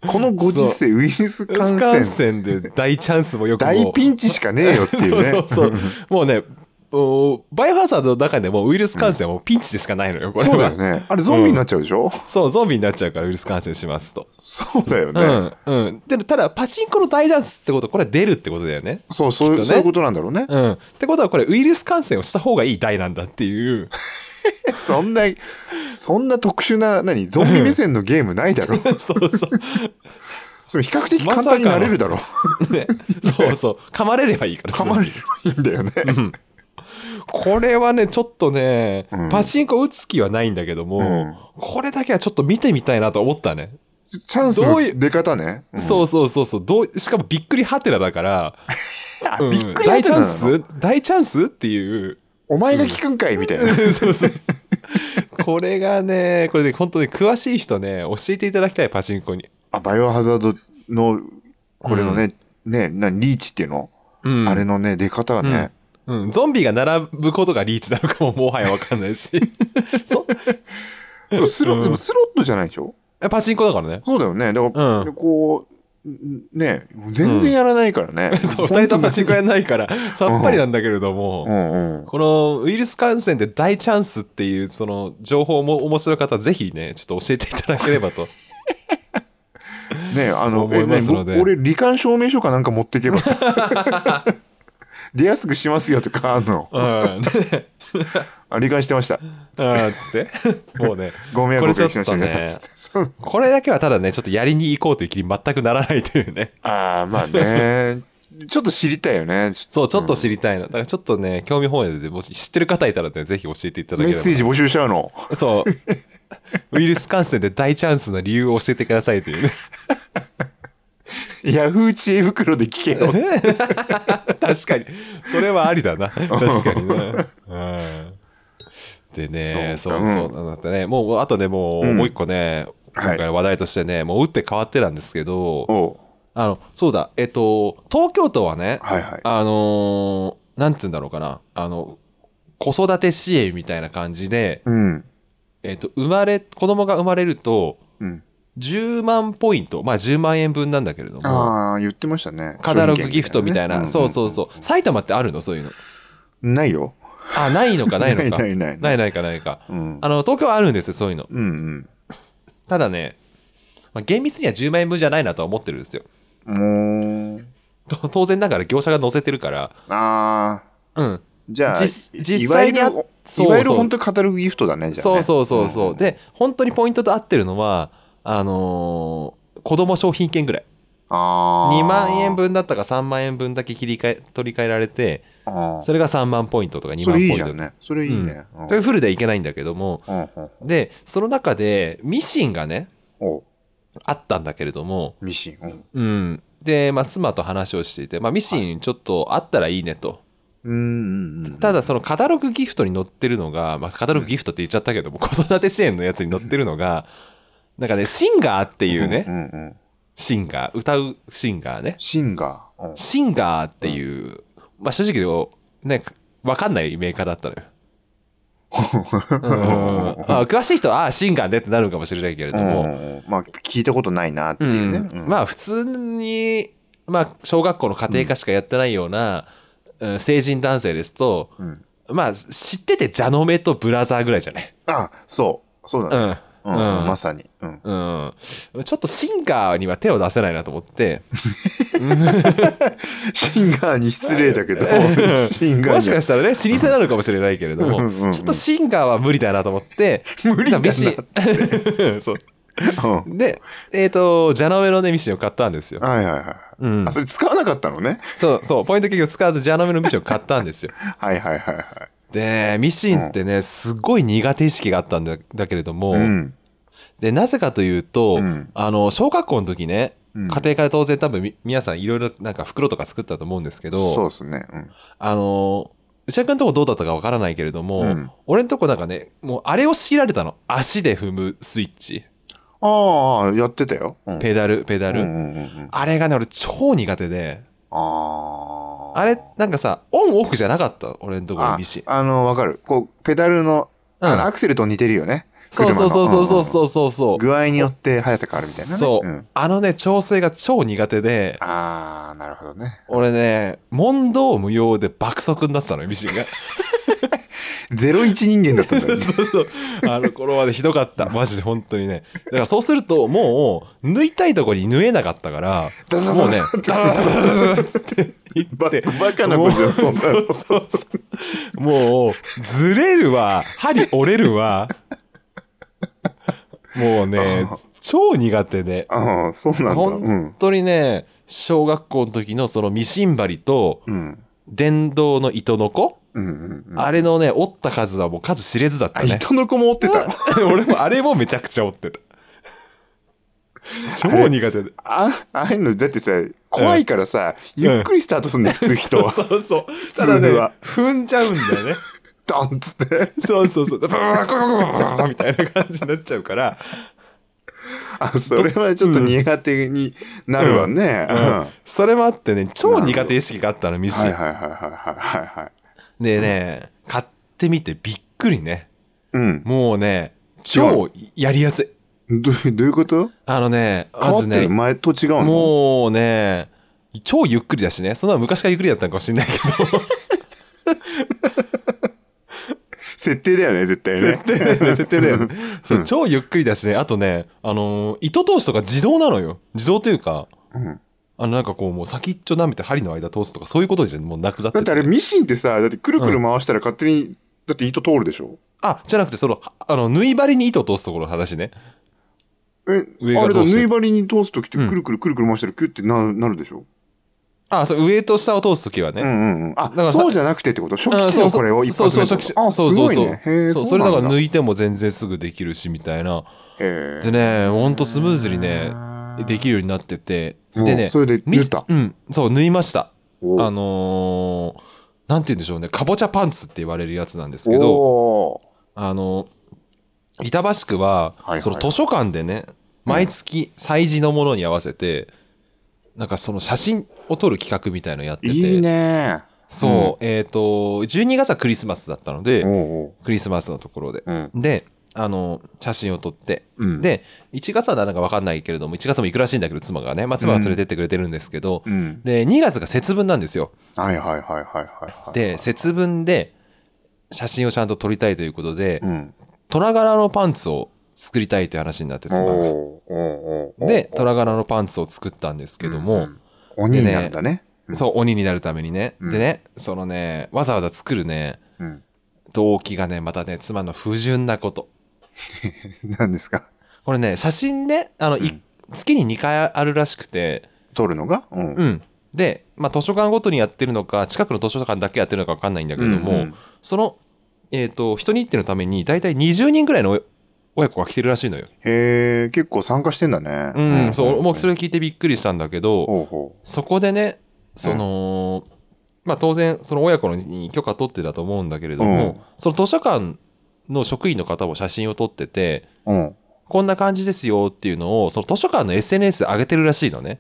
Speaker 2: このご時世ウイルス感
Speaker 1: 感
Speaker 2: 染
Speaker 1: 染で大チャンスもよくも
Speaker 2: 大ピンチしかねえよっていうね。
Speaker 1: そうそうそう。もうね、おバイオハザードの中でもウイルス感染はもうピンチでしかないのよ、これは
Speaker 2: そうだよ。ね。あれゾンビになっちゃうでしょ
Speaker 1: そう、ゾンビになっちゃうからウイルス感染しますと。
Speaker 2: そうだよ
Speaker 1: う
Speaker 2: ね。
Speaker 1: ん、うん。で、ただ、パチンコの大チャンスってことは、これは出るってことだよね。
Speaker 2: そう、そう
Speaker 1: き
Speaker 2: い
Speaker 1: っと
Speaker 2: う、
Speaker 1: ね
Speaker 2: そういうことなんだろうね。
Speaker 1: うん。ってことは、これ、ウイルス感染をした方がいい台なんだっていう。
Speaker 2: そんな、そんな特殊な、何、ゾンビ目線のゲームない だろ。
Speaker 1: そうそ
Speaker 2: それ比較的簡単になれるだろ。
Speaker 1: う。ね。そうそう。噛まれればいいから。
Speaker 2: 噛 まれればいいんだよね。
Speaker 1: これはね、ちょっとね、
Speaker 2: うん
Speaker 1: パチンコ打つ気はないんだけども、
Speaker 2: うん
Speaker 1: これだけはちょっと見てみたいなと思ったね。
Speaker 2: チャンス
Speaker 1: ど
Speaker 2: の
Speaker 1: ういう
Speaker 2: 出方ね。
Speaker 1: そうそうそうそうどうしかもびっくりハテナだから、
Speaker 2: あ
Speaker 1: うん
Speaker 2: びっくり
Speaker 1: 大
Speaker 2: 大
Speaker 1: チャ
Speaker 2: チャ
Speaker 1: ン
Speaker 2: ンス
Speaker 1: ス大チャンスって いう
Speaker 2: お前が聞くんかいみたいな。
Speaker 1: そうそうそうこれがねこれで本当に詳しい人ね教えていただきたいパチンコに、
Speaker 2: あ、バイオハザードの、これのね、ね、なリーチっていうの、
Speaker 1: うん
Speaker 2: あれのね、出方はね、
Speaker 1: うん、ゾンビが並ぶことがリーチなのかももはや分かんない しそ
Speaker 2: そう、スロ,、
Speaker 1: うん
Speaker 2: でもスロットじゃないでしょ
Speaker 1: パチンコだからね
Speaker 2: そうだよね。だから、
Speaker 1: うん
Speaker 2: こう、ね、全然やらないからね。
Speaker 1: そう2人ともパチンコやんないからさっぱりなんだけれども、
Speaker 2: うんうん。
Speaker 1: このウイルス感染で大チャンスっていうその情報も面白い方ぜひねちょっと教えていただければと
Speaker 2: ねあの、
Speaker 1: 思いますので
Speaker 2: え何ぼ俺、罹患証明書かなんか持っていけばさ、 出やすくしますよとか、あんの、
Speaker 1: うん
Speaker 2: あ罹患してました。
Speaker 1: あーつって。もうね。
Speaker 2: ご迷惑をおかけしました、
Speaker 1: これ
Speaker 2: 皆
Speaker 1: ちょっと
Speaker 2: さ
Speaker 1: ね
Speaker 2: ん。つってそう
Speaker 1: これだけはただね、ちょっとやりに行こうという気に全くならないというね。
Speaker 2: ああ、まあね。 ちょっと知りたいよね。ち
Speaker 1: そ
Speaker 2: ょっ
Speaker 1: う、ちょっと知りたいの。だからちょっとね、興味本位で、もし知ってる方いたらね、ぜひ教えていた
Speaker 2: と
Speaker 1: だければ。
Speaker 2: メッセージ募集しちゃうの。
Speaker 1: そう。ウイルス感染で大チャンスの理由を教えてくださいというね。
Speaker 2: ヤフー知恵袋で聞けよ。
Speaker 1: 確かに。それはありだ な。確かにね。うんでね、そ
Speaker 2: そう
Speaker 1: う
Speaker 2: か
Speaker 1: そう
Speaker 2: うん
Speaker 1: なんだってね、もう、あとね、もう、
Speaker 2: うん
Speaker 1: もう一個ね、今回の話題としてね、もう打って変わってなんですけど、
Speaker 2: おう
Speaker 1: あの、そうだ、えっと、東京都はね、
Speaker 2: はいはい。
Speaker 1: あのーなんつうんだろうかな、あの、子育て支援みたいな感じで、
Speaker 2: うん。
Speaker 1: えっと、生まれ、子供が生まれると、
Speaker 2: うん。
Speaker 1: 10万ポイント、まあ10万円分なんだけれども、
Speaker 2: ああ、言ってましたね。
Speaker 1: カタログギフトみたい
Speaker 2: 商
Speaker 1: な、
Speaker 2: 品券
Speaker 1: そう
Speaker 2: ね
Speaker 1: そうそう、埼玉ってあるのそういうの。
Speaker 2: うん。ないよ。
Speaker 1: あ、ないのか、ないのか。
Speaker 2: ないないない
Speaker 1: ないないか、ないか。
Speaker 2: うん。
Speaker 1: あの、東京はあるんですよ、そういうの。
Speaker 2: うんうん。
Speaker 1: ただね、まあ、厳密には10万円分じゃないなとは思ってるんですよ。
Speaker 2: もう、
Speaker 1: と当然ながら業者が載せてるから、
Speaker 2: ああ、
Speaker 1: うん、
Speaker 2: じゃあ、
Speaker 1: 実
Speaker 2: い
Speaker 1: 実際にあ
Speaker 2: いわゆる
Speaker 1: そうそう
Speaker 2: いわゆる本当にカタログギフトだね、じゃあ、
Speaker 1: そ
Speaker 2: ね。
Speaker 1: うそうそうそう、
Speaker 2: ん
Speaker 1: で本当にポイントと合ってるのはあのー子供商品券ぐらい
Speaker 2: あー
Speaker 1: 2万円。分だったか3万円分だけ切り替え取り替えられて
Speaker 2: あー
Speaker 1: それが3万ポイントとか2
Speaker 2: そ
Speaker 1: 万ポ
Speaker 2: れ
Speaker 1: イ
Speaker 2: いい
Speaker 1: ン
Speaker 2: じ
Speaker 1: ト
Speaker 2: ゃ
Speaker 1: と
Speaker 2: ん
Speaker 1: か
Speaker 2: ね。それいいね。
Speaker 1: うんそれフルでいけないんだけども
Speaker 2: うんうん
Speaker 1: でその中でミシンがね
Speaker 2: お
Speaker 1: あったんだけれども、
Speaker 2: ミシン。う
Speaker 1: う
Speaker 2: ん
Speaker 1: ん、で、まあ、妻と話をしていて、まあ、ミシンちょっとあったらいいねと。
Speaker 2: うんうんうん。
Speaker 1: ただそのカタログギフトに載ってるのが、まあ、カタログギフトって言っちゃったけども、子育て支援のやつに載ってるのがなんかねシンガーっていうね
Speaker 2: うんうん。
Speaker 1: シンガー歌うシンガーね
Speaker 2: シンガー。うん
Speaker 1: シンガーっていう、まあ正直ね分かんないメーカーだ ったのようんあ詳しい人はああシンガーねってなるかもしれないけれど
Speaker 2: うんう
Speaker 1: も、
Speaker 2: んうんまあ、聞いたことないなっていうね。
Speaker 1: うん
Speaker 2: あ、
Speaker 1: まあ普通に、まあ、小学校の家庭科しかやってないような、うん成人男性ですと、
Speaker 2: うん
Speaker 1: まあ知っててジャノメとブラザーぐらいじゃない
Speaker 2: あ、そう。そう
Speaker 1: う
Speaker 2: だね。
Speaker 1: ん
Speaker 2: うんうんまさに。うん
Speaker 1: うん、ちょっとシンガーには手を出せないなと思 って
Speaker 2: シンガーに失礼だけど、シンガ
Speaker 1: もし
Speaker 2: ーに
Speaker 1: かしたらね老舗なのかもしれないけれど
Speaker 2: うんうんう
Speaker 1: も
Speaker 2: ん
Speaker 1: ちょっとシンガーは無理だなと思って
Speaker 2: 無理だな
Speaker 1: ミシン そう
Speaker 2: は。うん
Speaker 1: でえっ、とジャノメのねミシンを買ったんですよ、
Speaker 2: はいはいはい。
Speaker 1: うん
Speaker 2: あ、それ使わなかったのね。
Speaker 1: そうそうポイント結局使わずジャノメのミシンを買ったんですよ
Speaker 2: はいはいはいはい。
Speaker 1: でミシンってねすごい苦手意識があったんだだけれども、
Speaker 2: うん。
Speaker 1: でなぜかというと、
Speaker 2: うん
Speaker 1: あの小学校の時ね
Speaker 2: う
Speaker 1: 家
Speaker 2: ん
Speaker 1: 庭から当然多分み皆さんいろいろなんか袋とか作ったと思うんですけど
Speaker 2: そうですね。うん。
Speaker 1: あの内田君のとこどうだったかわからないけれども、
Speaker 2: うん
Speaker 1: 俺のとこなんかねもうあれを強いられたの足で踏むスイッチ
Speaker 2: ああ、やってたよ。うん、
Speaker 1: ペダルペダル、
Speaker 2: うんうんうんうん、
Speaker 1: あれがね俺超苦手で
Speaker 2: あー
Speaker 1: あれなんかさオンオフじゃなかった俺のところの
Speaker 2: あ
Speaker 1: ミシン
Speaker 2: あの、わかる。こう、ペダルの、
Speaker 1: うん
Speaker 2: あのアクセルと似てるよね。
Speaker 1: そうそうそうそうそう
Speaker 2: う。
Speaker 1: そうそうそう
Speaker 2: 具合によって速さ変わるみたいなね。
Speaker 1: そう、
Speaker 2: ん
Speaker 1: あのね調整が超苦手で
Speaker 2: ああ、なるほどね。
Speaker 1: 俺ね問答無用で爆速になってたのよミシンが
Speaker 2: ゼロ一人間だったんだよね。
Speaker 1: そうそうあの頃までひどかったマジで本当にねだからそうするともう抜いたいとこに縫えなかったから
Speaker 2: ダダダダ
Speaker 1: もうねダダダダダダって言
Speaker 2: バ
Speaker 1: って
Speaker 2: バカな子じゃん、そ
Speaker 1: も
Speaker 2: ん
Speaker 1: う
Speaker 2: な
Speaker 1: そうそうそうもうずれるわ針折れるわもうね超苦手で
Speaker 2: の。 ああ、そうなんだ。う
Speaker 1: 本
Speaker 2: ん。
Speaker 1: 当にね小学校の時のそのミシン針と
Speaker 2: うん。
Speaker 1: 電動の糸の子、
Speaker 2: うんうんうん。
Speaker 1: あれのね折った数はもう数知れずだった
Speaker 2: あ、
Speaker 1: ね
Speaker 2: 人の子も追ってた。
Speaker 1: 俺もあれもめちゃくちゃ折ってた超苦手で
Speaker 2: あああいうの、だってさ、怖いからさ、ゆっくりスタートすんだよ、普通人 は。
Speaker 1: そうそうただね
Speaker 2: 普通は
Speaker 1: 踏んじゃうんだよね
Speaker 2: ドンっつって。
Speaker 1: そうそうそうブーブーブーブーブーみたいな感じになっちゃうから
Speaker 2: あ、それはちょっと苦手になるわね。うん。は
Speaker 1: それもあってね超苦手意識があったのミ
Speaker 2: い
Speaker 1: シン、
Speaker 2: はいはいはいはいはい。
Speaker 1: でね買ってみてびっくりね
Speaker 2: うん。
Speaker 1: もうね超やりやすい
Speaker 2: どどういうこと
Speaker 1: あのね
Speaker 2: 変
Speaker 1: ま
Speaker 2: わ
Speaker 1: ず
Speaker 2: ってる、
Speaker 1: ね
Speaker 2: 前と違うの
Speaker 1: もうね、超ゆっくりだしね、そんなの昔からゆっくりだったのかもしれないけど、
Speaker 2: 設定だよね、絶対ね。
Speaker 1: 設定だ よね、設定だよね。そう、超ゆっくりだしね、あとね、あのー糸通しとか自動なのよ。自動というか、
Speaker 2: ん
Speaker 1: あの、なんかこう、もう先っちょ舐めて針の間通すとか、そういうことじゃもうなくなっ
Speaker 2: だ
Speaker 1: て
Speaker 2: っててあれミシンってさ、だってくるくる回したら勝手に、だって糸通るでしょ
Speaker 1: あ、じゃなくて、その、あの、縫い針に糸を通すところの話ね。
Speaker 2: え、
Speaker 1: 上
Speaker 2: あ
Speaker 1: が
Speaker 2: れ
Speaker 1: ど
Speaker 2: だ、
Speaker 1: うして
Speaker 2: 縫い針に通すときって
Speaker 1: うん
Speaker 2: くるくるくるくる回したらキュッてななるでしょ
Speaker 1: あ、そう、上と下を通すときはね。
Speaker 2: うんうんうん。
Speaker 1: だか
Speaker 2: あ、
Speaker 1: らさ
Speaker 2: そうじゃなくてってこと初
Speaker 1: あ
Speaker 2: 期値
Speaker 1: そう
Speaker 2: の
Speaker 1: そう
Speaker 2: これを一
Speaker 1: そう
Speaker 2: 発
Speaker 1: そう
Speaker 2: 目
Speaker 1: 初期
Speaker 2: ってこ
Speaker 1: 値
Speaker 2: とあ、す
Speaker 1: そうそう
Speaker 2: ごい
Speaker 1: そう
Speaker 2: ね。へえ、
Speaker 1: そう
Speaker 2: そ
Speaker 1: そうれ
Speaker 2: な
Speaker 1: だ
Speaker 2: ん
Speaker 1: から
Speaker 2: だ。
Speaker 1: 抜
Speaker 2: へ
Speaker 1: いても全然すぐできるしみたいな
Speaker 2: え。
Speaker 1: でね、ほんとスムーズにね、できるようになってて、
Speaker 2: うん
Speaker 1: でね、
Speaker 2: それで
Speaker 1: ミ
Speaker 2: 縫っ
Speaker 1: ス
Speaker 2: た
Speaker 1: うん、そう、縫いました。
Speaker 2: お
Speaker 1: あのーなんて言うんでしょうね、かぼちゃパンツって言われるやつなんですけど、
Speaker 2: お
Speaker 1: あのー板橋区は、
Speaker 2: いはい
Speaker 1: その図書館でね、毎月催事のものに合わせて、なんかその写真を撮る企画みたいのやってて、
Speaker 2: ーいいね。
Speaker 1: そう、えっ、と、12月はクリスマスだったので、
Speaker 2: おお
Speaker 1: クリスマスのところで。
Speaker 2: ううん。
Speaker 1: で、あの写真を撮って、
Speaker 2: うん
Speaker 1: で1月はなんか分かんないけれども1月も行くらしいんだけど妻がね、まあ、妻が連れてってくれてるんですけど、
Speaker 2: うん。
Speaker 1: で2月が節分なんですよ
Speaker 2: はいはいはいはいはいはい。
Speaker 1: で節分で写真をちゃんと撮りたいということで、
Speaker 2: うん。
Speaker 1: 虎柄のパンツを作りたいという話になって
Speaker 2: おー
Speaker 1: 妻が
Speaker 2: おーおーおー
Speaker 1: で虎柄のパンツを作ったんですけども、
Speaker 2: 鬼になるんだね。
Speaker 1: そう鬼になるためにね、
Speaker 2: うん
Speaker 1: でねそのねわざわざ作るね
Speaker 2: うん。
Speaker 1: 動機がねまたね妻の不純なこと
Speaker 2: 何ですか
Speaker 1: これね写真ねあの、い月に2回あるらしくて
Speaker 2: 撮るのがうん
Speaker 1: うん、で、まあ、図書館ごとにやってるのか近くの図書館だけやってるのか分かんないんだけども、
Speaker 2: うんうん
Speaker 1: その、えー、と人にってのために大体20人ぐらいの親親子が来てるらしいのよ。
Speaker 2: へえ、結構参加してんだね。
Speaker 1: うんそうもうそれ聞いてびっくりしたんだけど、
Speaker 2: ほうほ
Speaker 1: そこでねその、まあ、当然その親子のに許可取ってだと思うんだけれども、
Speaker 2: うん
Speaker 1: その図書館の職員の方も写真を撮ってて
Speaker 2: う。うん。
Speaker 1: こんな感じですよっていうのをその図書館の SNS で上げてるらしいのね。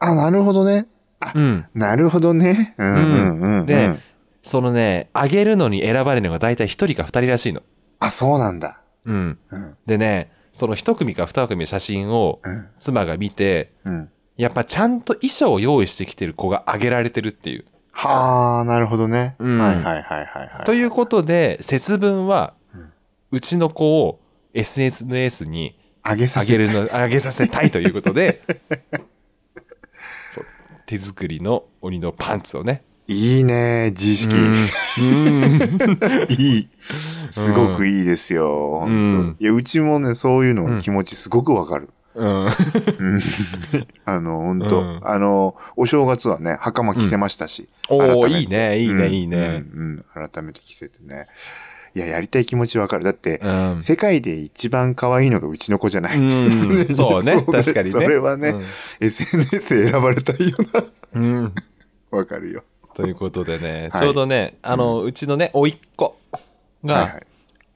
Speaker 2: あ、なるほどね。
Speaker 1: うん、
Speaker 2: なるほどね。うんうんうん、うん。
Speaker 1: で、そのね、あげるのに選ばれるのが大体1人か2人らしいの。
Speaker 2: あ、そうなんだ。
Speaker 1: うん。
Speaker 2: うん。
Speaker 1: でね、その1組か2組の写真を
Speaker 2: うん
Speaker 1: 妻が見て、
Speaker 2: うん。
Speaker 1: やっぱちゃんと衣装を用意してきてる子があげられてるっていう。
Speaker 2: はあ、なるほどね。
Speaker 1: うん
Speaker 2: はいはいはいはい、はい。
Speaker 1: ということで、節分は、うちの子を SNS に
Speaker 2: あげさ
Speaker 1: あ
Speaker 2: せ
Speaker 1: げ
Speaker 2: る。
Speaker 1: る の、あげさせたいということで、そう手作りの鬼のパンツをね。
Speaker 2: いいね、自意識。いい。 すごくいいですよ。
Speaker 1: う
Speaker 2: 本
Speaker 1: ん
Speaker 2: 当、いや、うちもね、そういうのの気持ちすごくわかる。
Speaker 1: うん。
Speaker 2: あの、本当、
Speaker 1: うん
Speaker 2: あの、お正月はね、袴着せましたし。
Speaker 1: お
Speaker 2: 改
Speaker 1: お
Speaker 2: めて
Speaker 1: いいね、いいね、いいね。
Speaker 2: うん、うんうん改めて着せてね。いや、やりたい気持ちわかる。だって、
Speaker 1: うん
Speaker 2: 世界で一番可愛いのがうちの子じゃない、
Speaker 1: うんそうね
Speaker 2: だ
Speaker 1: 確かにね
Speaker 2: それはね、
Speaker 1: うん
Speaker 2: SNS 選ばれたいよな。
Speaker 1: うん
Speaker 2: わかるよ。
Speaker 1: ということでね、
Speaker 2: はい
Speaker 1: ちょうどねあの、うちのね甥っ子が、
Speaker 2: はいはい。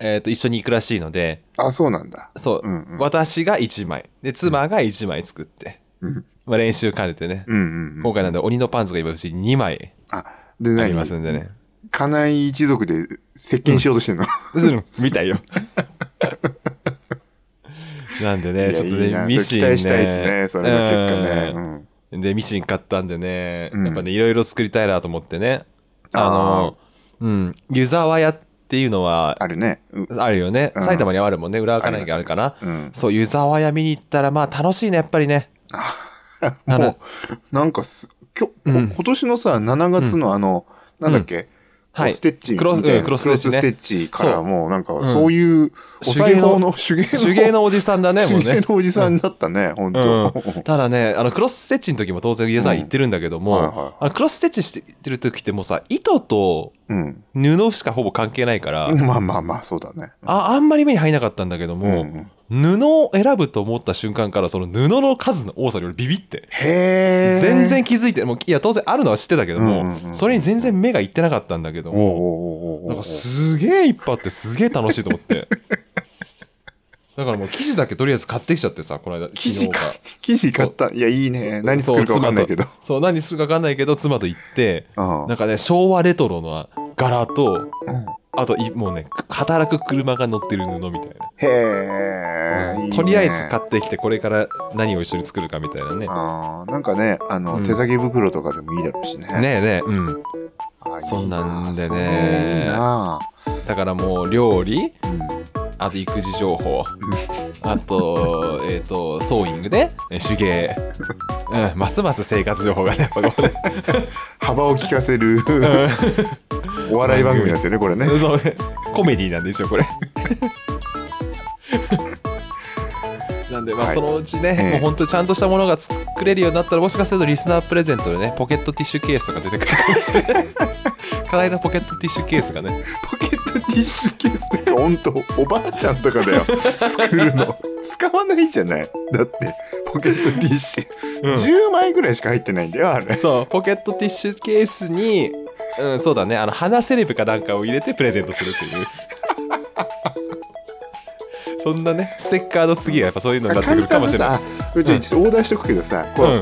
Speaker 1: えー、と一緒に行くらしいので
Speaker 2: あ、そうなんだ。
Speaker 1: そう、
Speaker 2: うんうん
Speaker 1: 私が1枚で妻が1枚作って、
Speaker 2: うん。
Speaker 1: まあ、練習兼ねてね、
Speaker 2: うんうんうん。
Speaker 1: 今回なんで鬼のパンツが今うち2枚
Speaker 2: あ、で、
Speaker 1: あ
Speaker 2: 何
Speaker 1: りますんでね、
Speaker 2: 家内一族で接近しようとしてんの、
Speaker 1: うん、見たいよ なんでね
Speaker 2: いや
Speaker 1: ちょっと
Speaker 2: いい
Speaker 1: ね
Speaker 2: な
Speaker 1: ミシン
Speaker 2: それ期待したいですね、それの結果
Speaker 1: うん
Speaker 2: ね。
Speaker 1: でミシン買ったんでね、
Speaker 2: うん
Speaker 1: やっぱねいろいろ作りたいなと思ってねあ
Speaker 2: あ
Speaker 1: のうん湯沢屋っていうのは
Speaker 2: あるね。う
Speaker 1: あるよね、
Speaker 2: うん
Speaker 1: 埼玉にはあるもんね浦和かなんかあるかな
Speaker 2: ありますありますうん
Speaker 1: そう湯沢屋見に行ったらまあ楽しいねやっぱりねあ
Speaker 2: も
Speaker 1: の
Speaker 2: う、なんかす、きょ、こ今年のさ、7月のあの、なんだっけ、
Speaker 1: はい
Speaker 2: ステッチみた
Speaker 1: クロス
Speaker 2: いな
Speaker 1: うんクロス
Speaker 2: クロス
Speaker 1: ス
Speaker 2: ス
Speaker 1: テ
Speaker 2: テ
Speaker 1: ッ
Speaker 2: ッチ
Speaker 1: そ
Speaker 2: か
Speaker 1: う
Speaker 2: らもうなんか
Speaker 1: ん
Speaker 2: そういうお裁縫の手芸の
Speaker 1: 手芸のおじさんだねもう
Speaker 2: 手
Speaker 1: ね
Speaker 2: 芸のおじさんだったね、本当、
Speaker 1: うん、ただねあのクロスステッチの時も当然家さん行ってるんだけども、
Speaker 2: うんはいはい
Speaker 1: あのクロスステッチしてる時ってもうさ糸と
Speaker 2: うん、
Speaker 1: 布しかほぼ関係ないから、
Speaker 2: まあまあまあそうだね
Speaker 1: ああんまり目に入んなかったんだけども、
Speaker 2: うん
Speaker 1: 布を選ぶと思った瞬間からその布の数の多さに俺ビビって。
Speaker 2: へえ
Speaker 1: 全然気づいてもういや当然あるのは知ってたけども、
Speaker 2: うんうんうん
Speaker 1: それに全然目がいってなかったんだけど
Speaker 2: おうお
Speaker 1: も
Speaker 2: うおうおう
Speaker 1: なんかすげえいっぱいあってすげえ楽しいと思って だからもう生地だけとりあえず買ってきちゃってさこの間
Speaker 2: 生地
Speaker 1: 昨日
Speaker 2: か
Speaker 1: か
Speaker 2: 生地買ったいやいいね何作るか分かんないけど
Speaker 1: そう妻とそう何するか分かんないけど妻と行って
Speaker 2: うん
Speaker 1: なんかね昭和レトロの柄と
Speaker 2: うん
Speaker 1: あといもうね働く車が乗ってる布みたいな
Speaker 2: へえ、いいね
Speaker 1: とりあえず買ってきてこれから何を一緒に作るかみたいなね
Speaker 2: あーなんかねあの、
Speaker 1: うん
Speaker 2: 手提げ袋とかでもいいだろうしね
Speaker 1: ねえねえうん
Speaker 2: あーいい
Speaker 1: そんなんでね
Speaker 2: それいいな
Speaker 1: だからもう料理
Speaker 2: うん
Speaker 1: あと育児情報あとえっ、とソーイングね手 芸うんますます生活情報がねやっぱこうね
Speaker 2: 幅を利かせ るお笑い番組なんですよねこれね
Speaker 1: そうねコメディなんでしょこれ なんでまあ
Speaker 2: はい
Speaker 1: そのうちね、
Speaker 2: ええ
Speaker 1: もうほんとちゃんとしたものが作れるようになったらもしかするとリスナープレゼントでねポケットティッシュケースとか出てくるかもしれ ない課題のポケットティッシュケースがね
Speaker 2: ポケットティッシュケースとかほんとおばあちゃんとか だよ作るの使わないじゃないだってポケットティッシュ、10枚ぐらいしか入ってないんだよあれ
Speaker 1: そうポケットティッシュケースにうんそうだねあの鼻セレブかなんかを入れてプレゼントするっていう そんなねステッカーの次はやっぱそういうのになってくるかもしれない
Speaker 2: 簡単なさあじゃあちょっとオーダーしとくけどさ、こ
Speaker 1: うん
Speaker 2: う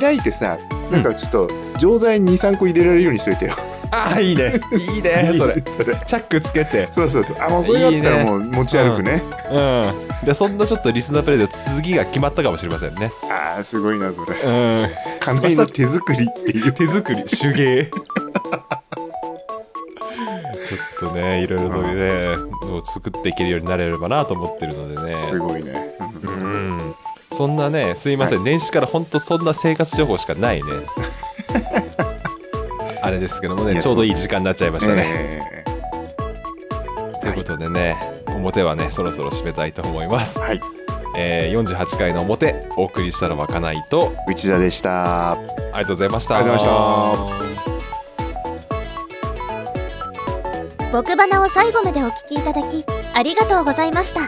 Speaker 2: 開いてさなんかちょっと錠剤23個入れられるようにしといてよ、
Speaker 1: ああいいねいいねそ れチ
Speaker 2: それ
Speaker 1: ャックつけて
Speaker 2: そうそうそうあもうそれだった
Speaker 1: いいね
Speaker 2: らもう持ち歩くね
Speaker 1: うん。で、そんなちょっとリスナープレイで次が決まったかもしれませんね。
Speaker 2: あーすごいなそれ
Speaker 1: うん。
Speaker 2: かなりの手作りっていう
Speaker 1: 手作り、手芸。ちょっとね、いろいろとね、もう作っていけるようになれればなと思ってるのでね。
Speaker 2: すごいね、
Speaker 1: うん。そんなね、すいません、年始から本当そんな生活情報しかない ね。あれですけども
Speaker 2: い
Speaker 1: ね、
Speaker 2: や
Speaker 1: ちょうどいい時間になっちゃいましたね。
Speaker 2: え
Speaker 1: ということでね、表はね、そろそろ締めたいと思います
Speaker 2: ー。はい
Speaker 1: えー、48回の表、お送りしたのはかないと、
Speaker 2: 内田でした
Speaker 1: ありがとうございました。
Speaker 2: ありがとう
Speaker 1: ざ
Speaker 2: ご
Speaker 1: いました。
Speaker 3: 僕花を最後までお聞きいただきありがとうございました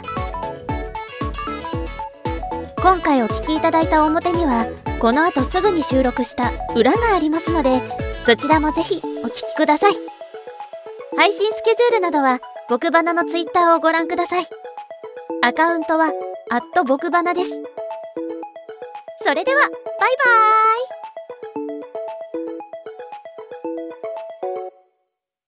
Speaker 3: 今回お聞きいただいた表にはこの後すぐに収録した裏がありますのでそちらもぜひお聞きください配信スケジュールなどは僕花のツイッターをご覧くださいアカウントは僕花ですそれではバイバーイ